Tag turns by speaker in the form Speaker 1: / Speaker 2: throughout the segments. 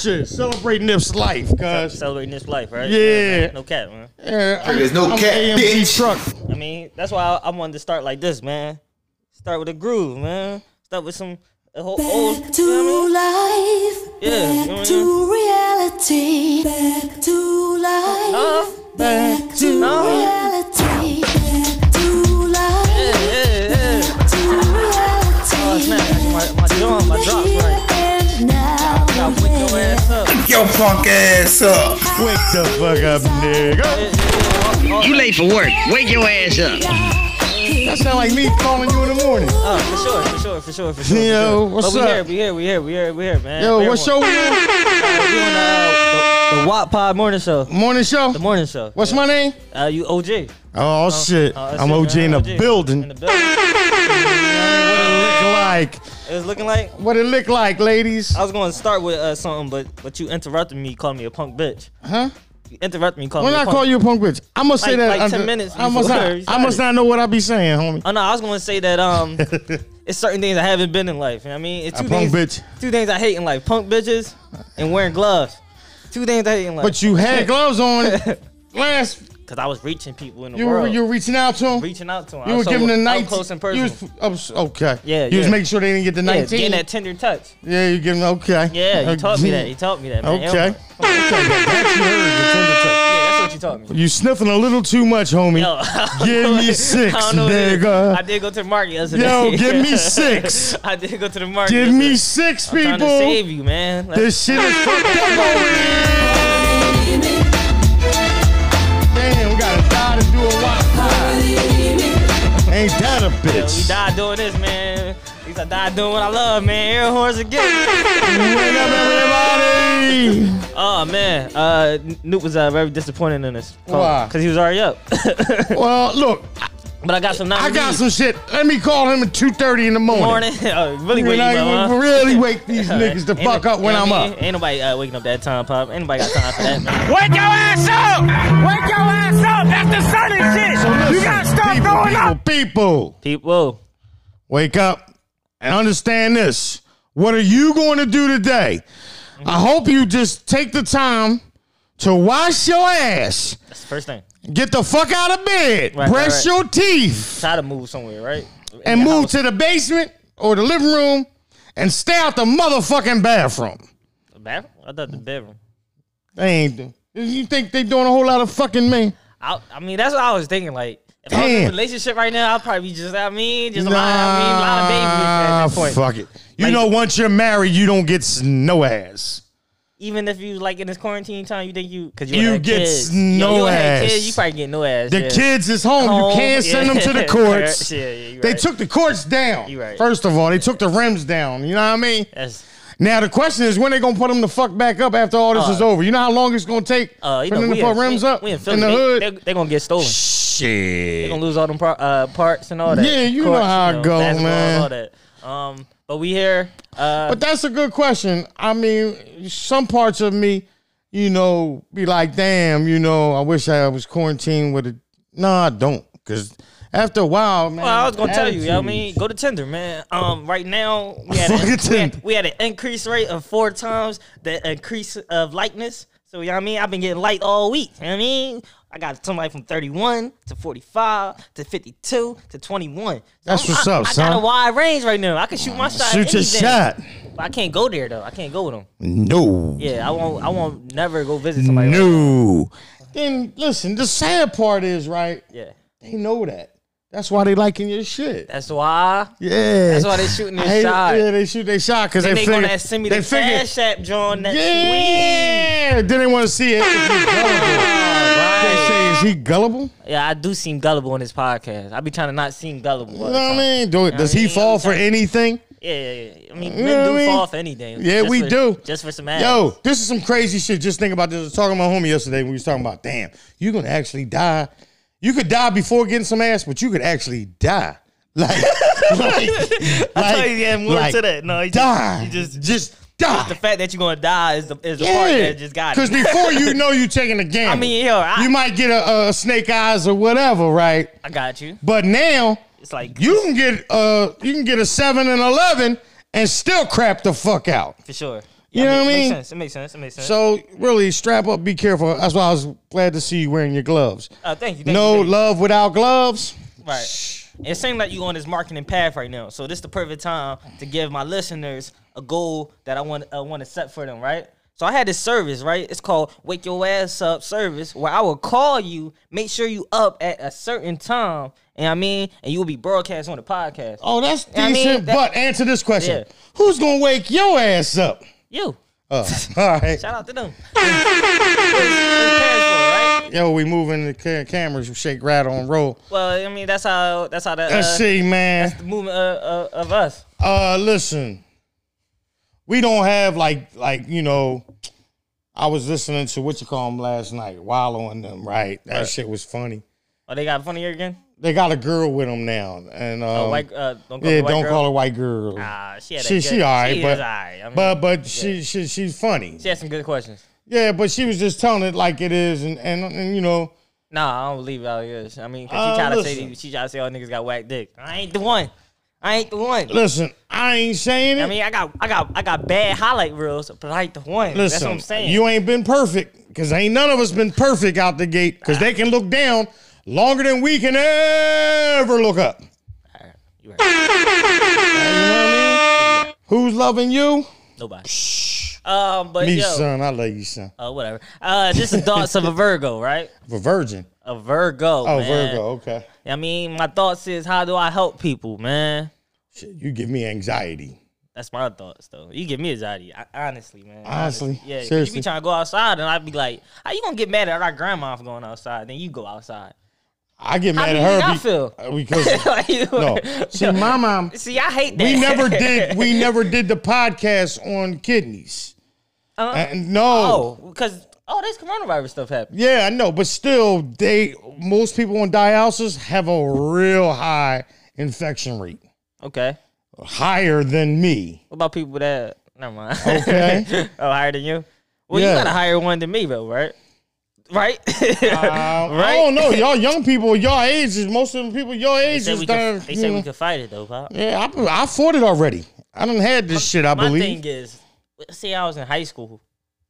Speaker 1: shit, celebrating this life, cuz.
Speaker 2: Celebrating this life, right?
Speaker 1: Yeah.
Speaker 2: No cap, man.
Speaker 1: There's
Speaker 3: no cat, bitch.
Speaker 1: Truck.
Speaker 2: I mean, that's why I, I wanted to start like this, man. Start with a groove, man. Start with some a whole
Speaker 4: Back
Speaker 2: old.
Speaker 4: to
Speaker 2: you know
Speaker 4: life.
Speaker 2: Yeah, Oh, you know what I
Speaker 4: back to reality. Back to life. back to
Speaker 2: no.
Speaker 4: reality. Back to life.
Speaker 2: what I mean? Yeah, yeah, yeah.
Speaker 4: To reality.
Speaker 2: Oh, snap. My, my jaw, my drops,
Speaker 4: Here
Speaker 2: right?
Speaker 4: and now.
Speaker 2: I wake your ass up.
Speaker 3: Yo, punk ass up.
Speaker 1: Wake the fuck up, nigga.
Speaker 5: You late for work. Wake your ass up.
Speaker 1: That sound like me calling you in the morning.
Speaker 2: Oh, for sure, for sure, for sure, for sure.
Speaker 1: Yo,
Speaker 2: for sure.
Speaker 1: what's
Speaker 2: but we
Speaker 1: up?
Speaker 2: Here, we here, we here, we here, we here, man.
Speaker 1: Yo,
Speaker 2: We
Speaker 1: what's
Speaker 2: here,
Speaker 1: your wheel?
Speaker 2: we doing uh, the, the Watt Pod Morning Show?
Speaker 1: morning show?
Speaker 2: The morning show.
Speaker 1: What's my name?
Speaker 2: Uh, you OG.
Speaker 1: Oh, shit.
Speaker 2: Uh, that's
Speaker 1: I'm
Speaker 2: it,
Speaker 1: OG
Speaker 2: man.
Speaker 1: in the
Speaker 2: OG. In
Speaker 1: building.
Speaker 2: the building.
Speaker 1: What it look like? Oh.
Speaker 2: It was looking like
Speaker 1: What it look like, ladies?
Speaker 2: I was going to start with uh, something, but but you interrupted me, called me a punk bitch.
Speaker 1: Huh?
Speaker 2: You interrupted me, called
Speaker 1: When
Speaker 2: me. a
Speaker 1: I
Speaker 2: punk.
Speaker 1: call you a Oh, punk bitch, I must say
Speaker 2: Like-
Speaker 1: that
Speaker 2: like
Speaker 1: under-
Speaker 2: 10 minutes
Speaker 1: I must
Speaker 2: before
Speaker 1: not.
Speaker 2: you
Speaker 1: I must
Speaker 2: started.
Speaker 1: not know what I be saying, homie.
Speaker 2: Oh no, I was gonna say that um, it's certain things I haven't been in life. You know what I mean, it's
Speaker 1: A
Speaker 2: two
Speaker 1: punk
Speaker 2: things. Two things I hate in life: punk bitches and wearing gloves. Two things I hate in life.
Speaker 1: But you had gloves on. Last,
Speaker 2: because I was reaching people in the
Speaker 1: you were
Speaker 2: world,
Speaker 1: you were reaching out to him.
Speaker 2: reaching out to them.
Speaker 1: You were giving the nineteen.
Speaker 2: Uh, close and
Speaker 1: You
Speaker 2: personal.
Speaker 1: was, I was- oh, okay.
Speaker 2: Yeah,
Speaker 1: You was
Speaker 2: yeah.
Speaker 1: making sure they didn't get the
Speaker 2: yeah,
Speaker 1: nineteen.
Speaker 2: getting that tender touch.
Speaker 1: Yeah, you giving okay.
Speaker 2: Yeah, he taught me that. He
Speaker 1: Okay.
Speaker 2: taught me that. Man.
Speaker 1: Okay.
Speaker 2: Yeah, that's what you taught me.
Speaker 1: You sniffing a little too much, homie.
Speaker 2: Yo, I don't
Speaker 1: Give
Speaker 2: know
Speaker 1: me
Speaker 2: what-
Speaker 1: six,
Speaker 2: I don't know what it is.
Speaker 1: nigga.
Speaker 2: I did go to the market yesterday.
Speaker 1: Yo, give me six.
Speaker 2: I did go to the market.
Speaker 1: Give me
Speaker 2: yesterday.
Speaker 1: six,
Speaker 2: I'm Trying to
Speaker 1: people.
Speaker 2: save you, man. Like,
Speaker 1: This shit is fucked up over here. Damn, we gotta die to do a wild pie. Ain't that a
Speaker 2: yo, we
Speaker 1: bitch?
Speaker 2: died doing this, man. At least I died doing what I love, man. Air horns again.
Speaker 1: Wake up, everybody.
Speaker 2: Oh man, uh, Newt was uh, very disappointed in us.
Speaker 1: Why?
Speaker 2: Because he was already up. but
Speaker 1: Well, look,
Speaker 2: I got some.
Speaker 1: I got
Speaker 2: nominees.
Speaker 1: some shit. Let me call him at 2.30 in the morning.
Speaker 2: morning. oh, really
Speaker 1: When
Speaker 2: wake you
Speaker 1: I
Speaker 2: up, huh?
Speaker 1: really wake these
Speaker 2: All right.
Speaker 1: niggas the
Speaker 2: Ain't
Speaker 1: fuck
Speaker 2: no-
Speaker 1: up when
Speaker 2: you know
Speaker 1: I'm
Speaker 2: what I mean?
Speaker 1: up.
Speaker 2: Ain't nobody uh, waking up that time, pop. Ain't nobody got time for that, man.
Speaker 6: Wake your ass up! Wake your ass up! That's the certain shit!
Speaker 1: So
Speaker 6: you
Speaker 1: listen,
Speaker 6: gotta stop
Speaker 1: people,
Speaker 6: throwing
Speaker 1: people, people,
Speaker 6: up!
Speaker 2: People,
Speaker 1: wake up and understand this. What are you going to do today? I
Speaker 2: Mm-hmm.
Speaker 1: hope you just take the time to wash your ass,
Speaker 2: that's the first thing.
Speaker 1: get the fuck out of bed,
Speaker 2: Right,
Speaker 1: brush
Speaker 2: right, right.
Speaker 1: your teeth,
Speaker 2: Try to move somewhere, right? In
Speaker 1: and
Speaker 2: your
Speaker 1: move
Speaker 2: house.
Speaker 1: to the basement or the living room and stay out the motherfucking bathroom.
Speaker 2: the bathroom. I thought the bedroom.
Speaker 1: They ain't do. You think they doing a whole lot of fucking man?
Speaker 2: I, I mean, that's what I was thinking. Like, if I was in a
Speaker 1: Damn.
Speaker 2: relationship right now, I'd probably be just. I mean, just a lot.
Speaker 1: Nah,
Speaker 2: I mean, a lot of baby at that point.
Speaker 1: Fuck it. You
Speaker 2: Like-
Speaker 1: know, once you're married, you don't get s- no ass.
Speaker 2: Even if you like in this quarantine time, you think you because
Speaker 1: You
Speaker 2: had
Speaker 1: get
Speaker 2: kids.
Speaker 1: no
Speaker 2: Yo, you had
Speaker 1: ass.
Speaker 2: Kids, you probably get no ass.
Speaker 1: The
Speaker 2: yeah.
Speaker 1: kids is home.
Speaker 2: Home,
Speaker 1: You can't send them to the
Speaker 2: yeah.
Speaker 1: courts.
Speaker 2: Yeah, yeah, you
Speaker 1: they
Speaker 2: right.
Speaker 1: took the courts down.
Speaker 2: You right.
Speaker 1: First of all, they took the rims down. You know what I mean?
Speaker 2: That's,
Speaker 1: Now the question is when they gonna put them the fuck back up after all this
Speaker 2: Uh,
Speaker 1: is over. You know how long it's gonna take
Speaker 2: uh, you
Speaker 1: for
Speaker 2: know,
Speaker 1: them
Speaker 2: we
Speaker 1: to put
Speaker 2: in-
Speaker 1: rims
Speaker 2: we-
Speaker 1: up
Speaker 2: we
Speaker 1: in
Speaker 2: Philly,
Speaker 1: the
Speaker 2: they-
Speaker 1: hood?
Speaker 2: They, they gonna get stolen.
Speaker 1: Shit.
Speaker 2: They gonna lose all them par- uh, parts and all that.
Speaker 1: Yeah, you know how it go,
Speaker 2: basketballs,
Speaker 1: man.
Speaker 2: All that. Um, but we here. Uh,
Speaker 1: But that's a good question. I mean, some parts of me, you know, be like, damn, you know, I wish I was quarantined with a. No, I don't, because after a while, man.
Speaker 2: Well, I was gonna tell you, you know what I
Speaker 1: attitude-
Speaker 2: mean, go to Tinder, man. Um, right now we had,
Speaker 1: Fucking
Speaker 2: a, we,
Speaker 1: Tinder.
Speaker 2: had, we had an increase rate of four times the increase of likeness. So you know what I mean, I've been getting light all week. You know what I mean, I got somebody from thirty-one to forty-five to fifty-two to twenty-one. So
Speaker 1: That's
Speaker 2: I'm-
Speaker 1: what's
Speaker 2: I,
Speaker 1: up,
Speaker 2: I
Speaker 1: son.
Speaker 2: got a wide range right now. I can shoot my shot. at
Speaker 1: Shoot your
Speaker 2: anything.
Speaker 1: shot.
Speaker 2: But I can't go there though. I can't go with them.
Speaker 1: No.
Speaker 2: Yeah, I won't. I won't never go visit somebody. like that.
Speaker 1: No. Then listen, the sad part is, right?
Speaker 2: yeah,
Speaker 1: They know that. That's why they liking your shit.
Speaker 2: that's why.
Speaker 1: Yeah.
Speaker 2: That's why they shooting their
Speaker 1: Hey,
Speaker 2: shot.
Speaker 1: Yeah, they shoot their shot because they,
Speaker 2: Then they
Speaker 1: figure,
Speaker 2: gonna send me the
Speaker 1: they figure,
Speaker 2: cash app, John. Next week.
Speaker 1: Yeah. Then they want to see it. If you gullible. They
Speaker 2: Right.
Speaker 1: say, is he gullible?
Speaker 2: Yeah, I do seem gullible on this podcast. I be trying to not seem gullible. all
Speaker 1: You
Speaker 2: the
Speaker 1: know what I
Speaker 2: time.
Speaker 1: mean? Do it. Does he
Speaker 2: mean?
Speaker 1: fall for anything?
Speaker 2: Yeah, yeah, yeah. I mean,
Speaker 1: know
Speaker 2: men
Speaker 1: what
Speaker 2: do
Speaker 1: I mean?
Speaker 2: fall for anything.
Speaker 1: Yeah,
Speaker 2: Just
Speaker 1: we
Speaker 2: for-
Speaker 1: do.
Speaker 2: Just for some ass.
Speaker 1: Yo, this is some crazy shit. Just think about this. I was talking to my homie yesterday. We was talking about, damn, you gonna actually die. You could die before getting some ass, but you could actually die. Like, like,
Speaker 2: I
Speaker 1: like-
Speaker 2: thought you had more
Speaker 1: like,
Speaker 2: to that. No, you
Speaker 1: Die.
Speaker 2: Just, you just,
Speaker 1: just die.
Speaker 2: the fact that you're gonna die is the is the part that just got
Speaker 1: Because
Speaker 2: it.
Speaker 1: before you know you taking a gamble.
Speaker 2: I mean, yo, I,
Speaker 1: you might get a, a snake eyes or whatever, right?
Speaker 2: I got you.
Speaker 1: But now
Speaker 2: It's like
Speaker 1: you can get uh you can get a seven and eleven and still crap the fuck out.
Speaker 2: for sure.
Speaker 1: You know what I
Speaker 2: Makes
Speaker 1: mean?
Speaker 2: sense. It makes sense. It makes sense.
Speaker 1: So really, strap up, be careful. That's why I was glad to see you wearing your gloves.
Speaker 2: uh, thank you. Thank
Speaker 1: No
Speaker 2: you, thank you.
Speaker 1: love without gloves.
Speaker 2: Right. It seems like you on this marketing path right now. So this is the perfect time to give my listeners a goal that I want I want to set for them, right? So I had this service, right? It's called Wake Your Ass Up service where I will call you, make sure you up at a certain time, and I mean, and you will be broadcast on the podcast.
Speaker 1: Oh, that's
Speaker 2: I
Speaker 1: decent.
Speaker 2: mean, that-
Speaker 1: but answer this question:
Speaker 2: Yeah.
Speaker 1: Who's gonna wake your ass up?
Speaker 2: You.
Speaker 1: Uh, all right,
Speaker 2: Shout out to them. It's- it's cared for, right?
Speaker 1: yo, we moving the ca- cameras, shake, rattle, and roll.
Speaker 2: Well, I mean, that's how that's how that
Speaker 1: Let's
Speaker 2: uh,
Speaker 1: see, man.
Speaker 2: movement uh, uh, of us.
Speaker 1: Uh, listen, we don't have like like you know. I was listening to what you call them last night, Wallow and them. Right, that shit was funny.
Speaker 2: Oh, they got funnier again.
Speaker 1: They got a girl with them now, and um,
Speaker 2: oh, white. Uh, don't call
Speaker 1: yeah,
Speaker 2: me white
Speaker 1: don't
Speaker 2: girl.
Speaker 1: call her white girl.
Speaker 2: Ah, she had a
Speaker 1: she
Speaker 2: good,
Speaker 1: she all right,
Speaker 2: she
Speaker 1: but
Speaker 2: is all right. I mean,
Speaker 1: but but she she she's funny.
Speaker 2: she had some good questions.
Speaker 1: Yeah, but she was just telling it like it is, and and, and you know,
Speaker 2: Nah, I don't believe how it is. I mean, 'cause
Speaker 1: Uh,
Speaker 2: she tried to say
Speaker 1: listen.
Speaker 2: these- she tried to say all niggas got whack dick. I ain't the one. I ain't the one.
Speaker 1: listen, I ain't saying it.
Speaker 2: I mean, I got I got I got bad highlight reels, but I ain't the one.
Speaker 1: listen,
Speaker 2: That's what I'm saying.
Speaker 1: you ain't been perfect because ain't none of us been perfect out the gate because they can look down longer than we can ever look up.
Speaker 2: You right.
Speaker 1: Who's loving you?
Speaker 2: Nobody. Um, but
Speaker 1: Me,
Speaker 2: yo,
Speaker 1: son. I love you, son.
Speaker 2: uh, whatever. Uh, this is thoughts of a Virgo, right?
Speaker 1: For virgin.
Speaker 2: A Virgo.
Speaker 1: Oh,
Speaker 2: man.
Speaker 1: Virgo. Okay.
Speaker 2: I mean, my thoughts is how do I help people, man?
Speaker 1: Shit, you give me anxiety.
Speaker 2: That's my thoughts though. You give me anxiety, I, honestly, man.
Speaker 1: Honestly,
Speaker 2: yeah. 'cause You
Speaker 1: seriously.
Speaker 2: be trying to go outside, and I'd be like, "How you gonna get mad at our grandma for going outside?" Then you go outside.
Speaker 1: I get mad
Speaker 2: do
Speaker 1: at
Speaker 2: you
Speaker 1: her.
Speaker 2: not feel?
Speaker 1: uh, Because no, see, my mom.
Speaker 2: See, I hate that.
Speaker 1: We never did. We never did the podcast on kidneys. Uh, no.
Speaker 2: Uh-huh. oh, because oh, this coronavirus stuff happened.
Speaker 1: Yeah, I know, but still, they most people on dialysis have a real high infection rate,
Speaker 2: Okay.
Speaker 1: higher than me.
Speaker 2: What about people that? Never mind.
Speaker 1: Okay.
Speaker 2: oh, higher than you. Well,
Speaker 1: Yeah.
Speaker 2: you got a higher one than me, though, right? Right.
Speaker 1: Uh, I
Speaker 2: Right?
Speaker 1: don't know, y'all young people, y'all ages, most of the people your
Speaker 2: they
Speaker 1: age
Speaker 2: said
Speaker 1: is
Speaker 2: we
Speaker 1: done.
Speaker 2: could, they said we could fight it though, Pop.
Speaker 1: yeah, I, I fought it already. I done had this shit. I
Speaker 2: My
Speaker 1: believe.
Speaker 2: thing is, see, I was in high school.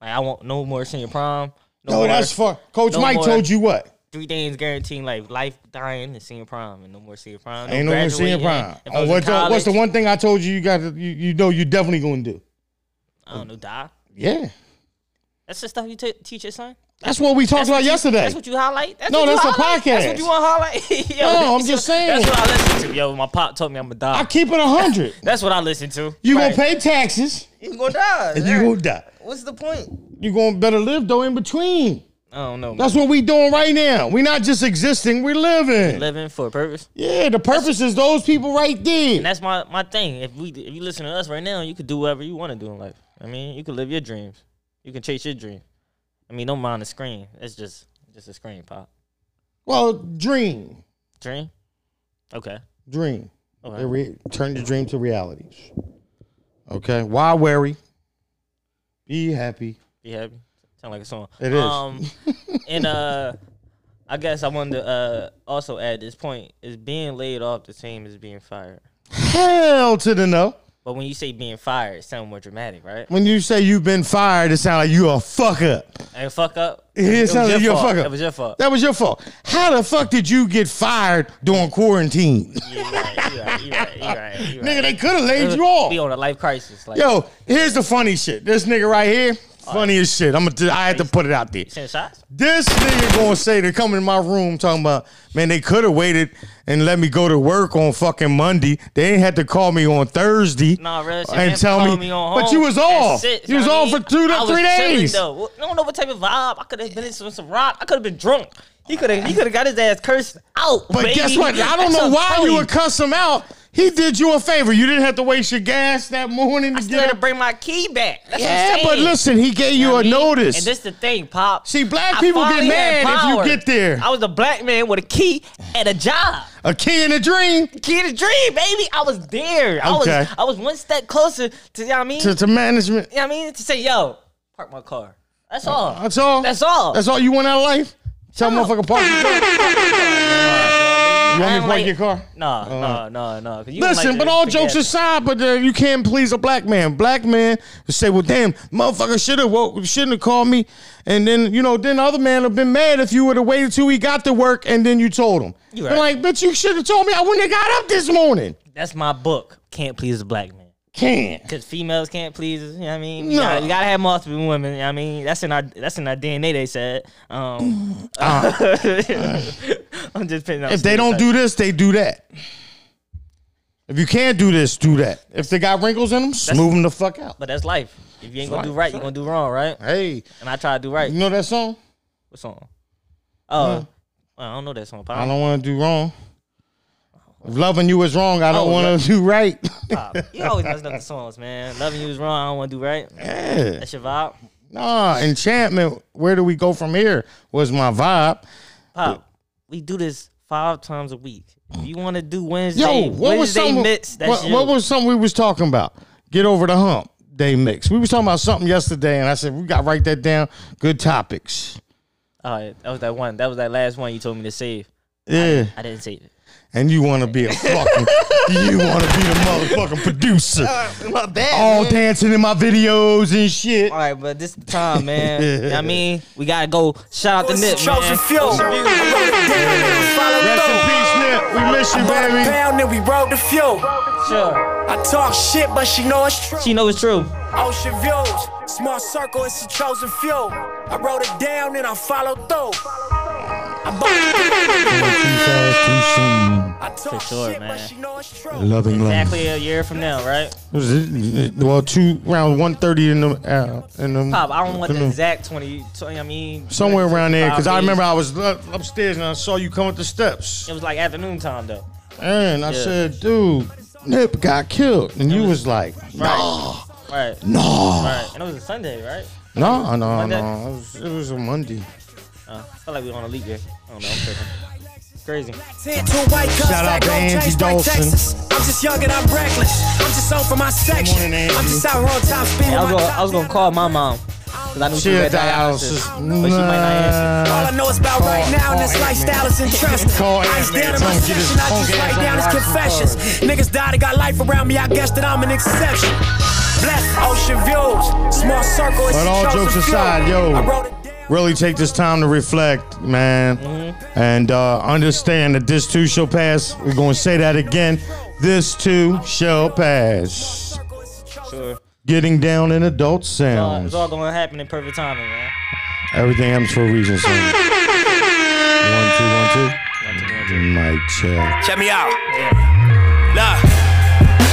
Speaker 2: Like, I want no more senior prom. No,
Speaker 1: no,
Speaker 2: more
Speaker 1: that's fun. Coach
Speaker 2: no
Speaker 1: Mike
Speaker 2: more.
Speaker 1: told you what.
Speaker 2: three things guaranteed, like life, dying, and senior prom, and no more senior prom.
Speaker 1: Ain't no more senior prime. Oh,
Speaker 2: graduating. If I was in
Speaker 1: What's, the- what's the
Speaker 2: college,
Speaker 1: one thing I told you you got? to- You, you know you definitely gonna do.
Speaker 2: I don't know, die.
Speaker 1: Yeah,
Speaker 2: That's the stuff you t- teach your son.
Speaker 1: that's what we talked
Speaker 2: what
Speaker 1: about
Speaker 2: you-
Speaker 1: yesterday.
Speaker 2: That's what you highlight. That's
Speaker 1: No,
Speaker 2: what you
Speaker 1: that's a
Speaker 2: highlight? That's what
Speaker 1: podcast.
Speaker 2: you want to highlight. Yo,
Speaker 1: No, I'm
Speaker 2: that's
Speaker 1: just
Speaker 2: what-
Speaker 1: saying.
Speaker 2: That's what I listen to. Yo, my pop told me I'm gonna die.
Speaker 1: I keep it a hundred.
Speaker 2: that's what I listen to.
Speaker 1: You
Speaker 2: Right.
Speaker 1: gonna pay taxes
Speaker 2: You gonna die.
Speaker 1: and
Speaker 2: Yeah.
Speaker 1: you gonna die.
Speaker 2: What's the point?
Speaker 1: You gonna better live though in between.
Speaker 2: I don't know. man.
Speaker 1: That's what we doing right now. We're not just existing, we're living.
Speaker 2: Living for a purpose.
Speaker 1: Yeah, the purpose is those people right
Speaker 2: And
Speaker 1: there.
Speaker 2: that's my, my thing. If we if you listen to us right now, you could do whatever you want to do in life. I mean, you can live your dreams. You can chase your dream. I mean, don't mind the screen. It's just just a screen pop.
Speaker 1: Well, dream.
Speaker 2: Dream. Okay. Oh,
Speaker 1: Dream.
Speaker 2: Okay.
Speaker 1: They re- turn your dream to reality. Okay. Why worry? Be happy.
Speaker 2: Be happy. Sound like a song. Um,
Speaker 1: It is.
Speaker 2: and uh, I guess I wanted to uh also add this point: is being laid off the same as being fired?
Speaker 1: Hell to the no.
Speaker 2: But when you say being fired, it sounds more dramatic, right?
Speaker 1: When you say you've been fired, it sounds like you a fuck up.
Speaker 2: And fuck up.
Speaker 1: It, sounds like you're a
Speaker 2: fault.
Speaker 1: fuck up.
Speaker 2: It was your fault.
Speaker 1: That was your fault. How the fuck did you get fired during quarantine?
Speaker 2: You're right. You're right. You're right. You're right. You're
Speaker 1: Nigga,
Speaker 2: right.
Speaker 1: they could have laid you
Speaker 2: We
Speaker 1: off.
Speaker 2: on a life crisis. Like,
Speaker 1: Yo, here's the funny shit. This nigga right here, funny as shit. I'm gonna, I had to put it out there.
Speaker 2: send shots.
Speaker 1: This nigga gonna say to come in my room talking about, man, they could have waited and let me go to work on fucking Monday. They ain't had to call me on Thursday
Speaker 2: Nah, real shit.
Speaker 1: and
Speaker 2: man,
Speaker 1: tell
Speaker 2: call
Speaker 1: me.
Speaker 2: on
Speaker 1: but
Speaker 2: home
Speaker 1: you was
Speaker 2: at
Speaker 1: off.
Speaker 2: six,
Speaker 1: you was
Speaker 2: know
Speaker 1: off
Speaker 2: what I
Speaker 1: for
Speaker 2: mean?
Speaker 1: two
Speaker 2: I
Speaker 1: to
Speaker 2: was
Speaker 1: three
Speaker 2: chilling,
Speaker 1: days.
Speaker 2: Though. I don't know what type of vibe. I could have been in some, some rock. I could have been drunk. He could have. He could have got his ass cursed out.
Speaker 1: But
Speaker 2: baby.
Speaker 1: guess what? I don't
Speaker 2: That's
Speaker 1: know
Speaker 2: what
Speaker 1: why
Speaker 2: I'm
Speaker 1: you
Speaker 2: telling
Speaker 1: would cuss him out. He did you a favor. You didn't have to waste your gas that morning to
Speaker 2: I still
Speaker 1: get
Speaker 2: had to
Speaker 1: up.
Speaker 2: bring my key back. That's what
Speaker 1: Yeah,
Speaker 2: I'm
Speaker 1: but
Speaker 2: saying.
Speaker 1: listen, he gave you
Speaker 2: know what
Speaker 1: a
Speaker 2: I mean?
Speaker 1: notice.
Speaker 2: And this the thing, Pop.
Speaker 1: See, black
Speaker 2: I
Speaker 1: people get
Speaker 2: finally had
Speaker 1: mad if
Speaker 2: power.
Speaker 1: you get there.
Speaker 2: I was a black man with a key and a job.
Speaker 1: A key and a dream
Speaker 2: Key to dream, baby. I was there. I was
Speaker 1: Okay.
Speaker 2: I was one step closer to you know what I mean?
Speaker 1: to, to management.
Speaker 2: you know what I mean? To say, yo, park my car. That's all.
Speaker 1: That's all.
Speaker 2: That's all.
Speaker 1: That's all you want out of life. Tell motherfucker park. your car.
Speaker 2: all.
Speaker 1: You want me
Speaker 2: I
Speaker 1: to
Speaker 2: don't
Speaker 1: park
Speaker 2: like-
Speaker 1: your car?
Speaker 2: No, no, no, no. 'cause you don't
Speaker 1: Uh, Listen,
Speaker 2: like
Speaker 1: but
Speaker 2: to-
Speaker 1: all
Speaker 2: to
Speaker 1: jokes
Speaker 2: gas.
Speaker 1: aside, but uh, you can't please a black man. Black man would say, "Well, damn, motherfucker should have woke, shouldn't have called me," and then you know, then the other man have been mad if you would have waited till he got to work and then you told him.
Speaker 2: You
Speaker 1: They're
Speaker 2: right.
Speaker 1: like, "Bitch, you should have told me. I wouldn't have got up this morning."
Speaker 2: That's my book. Can't please the black man.
Speaker 1: Can't.
Speaker 2: Cause females can't please us, you know what I mean? We,
Speaker 1: No.
Speaker 2: gotta, we gotta have multiple women, you know what I mean? That's in our that's in our DNA they said. Um I'm just putting out
Speaker 1: Ah. If they don't do this, they do that. If you can't do this, do that. If they got wrinkles in them, smooth them the fuck out.
Speaker 2: But that's life. If you ain't gonna do
Speaker 1: life, Mm-hmm.
Speaker 2: right, you're gonna do wrong, right?
Speaker 1: Hey,
Speaker 2: And I try to do right.
Speaker 1: you know that song?
Speaker 2: What song? Oh I don't know that song.
Speaker 1: Mm-hmm. I
Speaker 2: Pop.
Speaker 1: don't want to do wrong. If loving you is wrong, I don't
Speaker 2: Oh,
Speaker 1: want to do right.
Speaker 2: Pop. You always messing up the songs, man. Loving you is wrong. I don't want to do right.
Speaker 1: Yeah.
Speaker 2: That's your vibe.
Speaker 1: Nah, enchantment. Where do we go from here? Was my vibe.
Speaker 2: Pop. We do this five times a week. If you want to do Wednesday,
Speaker 1: Yo, what was
Speaker 2: Wednesday
Speaker 1: something?
Speaker 2: mix. That's
Speaker 1: what,
Speaker 2: you.
Speaker 1: what was something we was talking about? Get over the hump. Day mix. We was talking about something yesterday, and I said we got to write that down. Good topics.
Speaker 2: All right, that was that one. That was that last one you told me to save.
Speaker 1: Yeah,
Speaker 2: I didn't save it.
Speaker 1: and you want to be a fucking, you want to be the motherfucking producer,
Speaker 2: My bad.
Speaker 1: all dancing in my videos and shit.
Speaker 2: All right, but this the time, man. You know what I mean, we gotta go. Shout out to Nip, man.
Speaker 7: fuel.
Speaker 1: Rest in peace, Nip. We miss you, baby.
Speaker 7: Pound and we rode the fuel.
Speaker 2: Sure.
Speaker 7: I talk shit, but she know it's true.
Speaker 2: She know it's true.
Speaker 7: Ocean views, small circle, it's a chosen few. I wrote it down and I followed through. I bought- I talk
Speaker 2: sure,
Speaker 7: shit,
Speaker 2: man.
Speaker 7: but she know it's true.
Speaker 1: Loving love.
Speaker 2: Exactly a year from now, right?
Speaker 1: Was it- Well, two round one thirty in the uh, in the.
Speaker 2: Pop, I don't want the
Speaker 1: afternoon.
Speaker 2: exact 20, 20 I mean,
Speaker 1: Somewhere around there, because I
Speaker 2: 25
Speaker 1: remember I was up- upstairs and I saw you come up the steps.
Speaker 2: It was like afternoon time though.
Speaker 1: And I said, dude, Nip got killed. And you was like,
Speaker 2: Right. Right.
Speaker 1: no,
Speaker 2: Right. And it was a Sunday, right?
Speaker 1: no, no,
Speaker 2: Monday?
Speaker 1: no. It was, it was a Monday.
Speaker 2: Uh, I felt like we were on a leak there. I don't know. I'm tripping. Crazy.
Speaker 7: Ten to white cuffs,
Speaker 1: Shout out
Speaker 7: that
Speaker 1: to
Speaker 7: go
Speaker 1: Angie
Speaker 7: change by
Speaker 1: Dawson.
Speaker 7: Texas. I'm just young and I'm reckless. I'm just on for my section.
Speaker 1: morning, Angie.
Speaker 7: I'm just out here on top speed.
Speaker 2: I
Speaker 7: with
Speaker 2: was gonna,
Speaker 7: my top
Speaker 2: I was gonna call my mom because I knew
Speaker 1: She
Speaker 2: she
Speaker 1: had
Speaker 2: had dialysis,
Speaker 1: dialysis.
Speaker 2: but she might not answer.
Speaker 7: All I know is about right now, and this lifestyle is interesting.
Speaker 1: Call
Speaker 7: Ice
Speaker 1: Ant-Man,
Speaker 7: down in
Speaker 1: tell
Speaker 7: my
Speaker 1: him get his
Speaker 7: section, I just
Speaker 1: punk
Speaker 7: write
Speaker 1: ass
Speaker 7: down his
Speaker 1: on the
Speaker 7: confessions. Niggas died and got life around me, I guess that I'm an exception. Bless ocean views, small circle, it's
Speaker 1: But
Speaker 7: a
Speaker 1: all
Speaker 7: chosen
Speaker 1: jokes
Speaker 7: few.
Speaker 1: aside, yo,
Speaker 7: I wrote it down.
Speaker 1: Really take this time to reflect, man,
Speaker 2: Mm-hmm.
Speaker 1: and uh, understand that this too shall pass. We're going to say that again. This too shall pass.
Speaker 2: Sure.
Speaker 1: Getting down in adult
Speaker 2: Uh,
Speaker 1: sounds.
Speaker 2: it's all gonna happen in perfect timing, man.
Speaker 1: Everything happens for a reason. So. One, two, one, two. Mic check.
Speaker 7: Check me out. Look,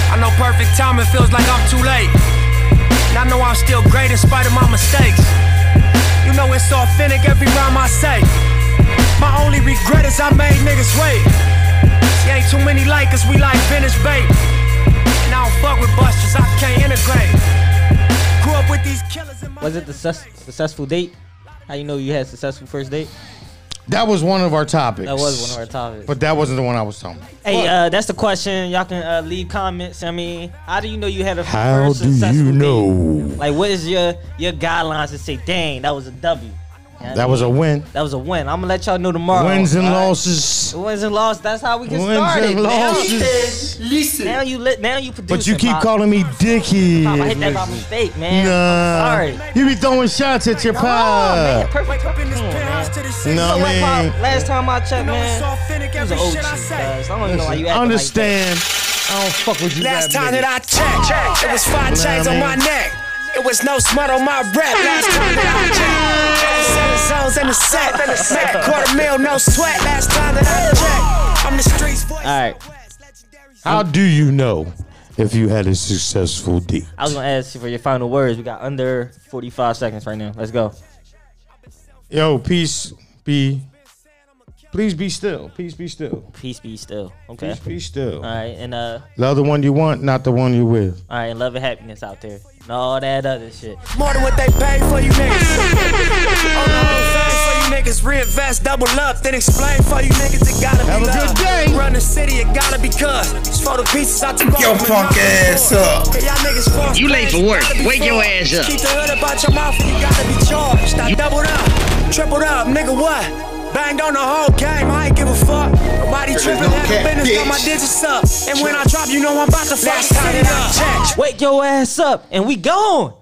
Speaker 7: I know perfect timing feels like I'm too late. And I know I'm still great in spite of my mistakes. You know it's authentic every rhyme I say. My only regret is I made niggas wait. See, ain't too many likers, we like vintage bait. And I don't fuck with busters, I can't integrate. Grew up with these killers in my
Speaker 2: Was it the sus- successful date? How you know you had successful first date?
Speaker 1: That was one of our topics.
Speaker 2: That was one of our topics.
Speaker 1: But that wasn't the one I was talking. about.
Speaker 2: hey, uh, that's the question. Y'all can uh, leave comments. I mean, how do you know you had a
Speaker 1: How
Speaker 2: first
Speaker 1: do
Speaker 2: successful
Speaker 1: you
Speaker 2: date?
Speaker 1: know?
Speaker 2: Like, what is your your guidelines to say, dang, that was a W? Yeah,
Speaker 1: That was a win.
Speaker 2: that was a win. I'm gonna let y'all know tomorrow.
Speaker 1: Wins and
Speaker 2: all right?
Speaker 1: losses.
Speaker 2: Wins and losses. That's how we get
Speaker 1: Wins
Speaker 2: started.
Speaker 1: and
Speaker 2: Now-
Speaker 1: losses.
Speaker 2: Now, you lit. Now you produce.
Speaker 1: But you keep calling me Dickie.
Speaker 2: I hit that by mistake, man.
Speaker 1: Nah.
Speaker 2: I'm sorry.
Speaker 1: You be throwing shots at your
Speaker 2: man,
Speaker 1: pop.
Speaker 2: perfect.
Speaker 7: up in this
Speaker 2: Come on, man.
Speaker 7: penthouse to the city.
Speaker 1: No,
Speaker 7: So
Speaker 2: Like,
Speaker 1: man.
Speaker 2: Pop,
Speaker 1: mean-
Speaker 2: last time I checked,
Speaker 7: You know it's
Speaker 2: man,
Speaker 7: authentic
Speaker 2: he was
Speaker 7: every
Speaker 2: an old
Speaker 7: shit I
Speaker 2: cheese,
Speaker 7: say.
Speaker 2: cuz. I don't even know why you acting like
Speaker 1: Understand? I don't fuck with you.
Speaker 7: Last
Speaker 1: rap
Speaker 7: time that
Speaker 1: niggas.
Speaker 7: I checked, it was five
Speaker 1: Nah,
Speaker 7: chains on my
Speaker 1: man.
Speaker 7: neck. It was no smut on my rep. Last time that I checked, it was seven zones in the set. Make a quarter mil, no sweat. Last time that I checked, I'm the streets voice.
Speaker 2: All right.
Speaker 1: How do you know if you had a successful date?
Speaker 2: I was gonna ask you for your final words. We got under 45 seconds right now. Let's go.
Speaker 1: Yo, peace be. Please be still. Peace be still.
Speaker 2: Peace be still. Okay.
Speaker 1: Peace be still.
Speaker 2: All right, and uh,
Speaker 1: Love the one you want, not the one you with.
Speaker 2: all right, and love and happiness out there, and all that other shit.
Speaker 7: More than what they pay for you niggas. On the whole thing for you niggas, reinvest, double up, then explain for you niggas it gotta be
Speaker 1: Have a good
Speaker 7: love.
Speaker 1: day.
Speaker 7: Run the city, it gotta be cuz. It's for the pieces I took off.
Speaker 3: Yo, punk ass up.
Speaker 7: Y'all niggas false
Speaker 5: You late for work.
Speaker 7: Gotta be
Speaker 5: Wake your ass
Speaker 7: forced.
Speaker 5: up.
Speaker 7: Keep the hood up out your mouth and you gotta be charged. I doubled up, tripled up, nigga what? Banged on the whole game, I ain't give a fuck. Nobody
Speaker 3: There's
Speaker 7: tripping,
Speaker 3: no
Speaker 7: had
Speaker 3: cap,
Speaker 7: the business, got my
Speaker 3: bitch.
Speaker 7: digits up. And when I drop, you know I'm about to fuck.
Speaker 3: Last time
Speaker 7: Turn it
Speaker 3: that I
Speaker 7: up.
Speaker 3: checked.
Speaker 2: Wake your ass up and we gone.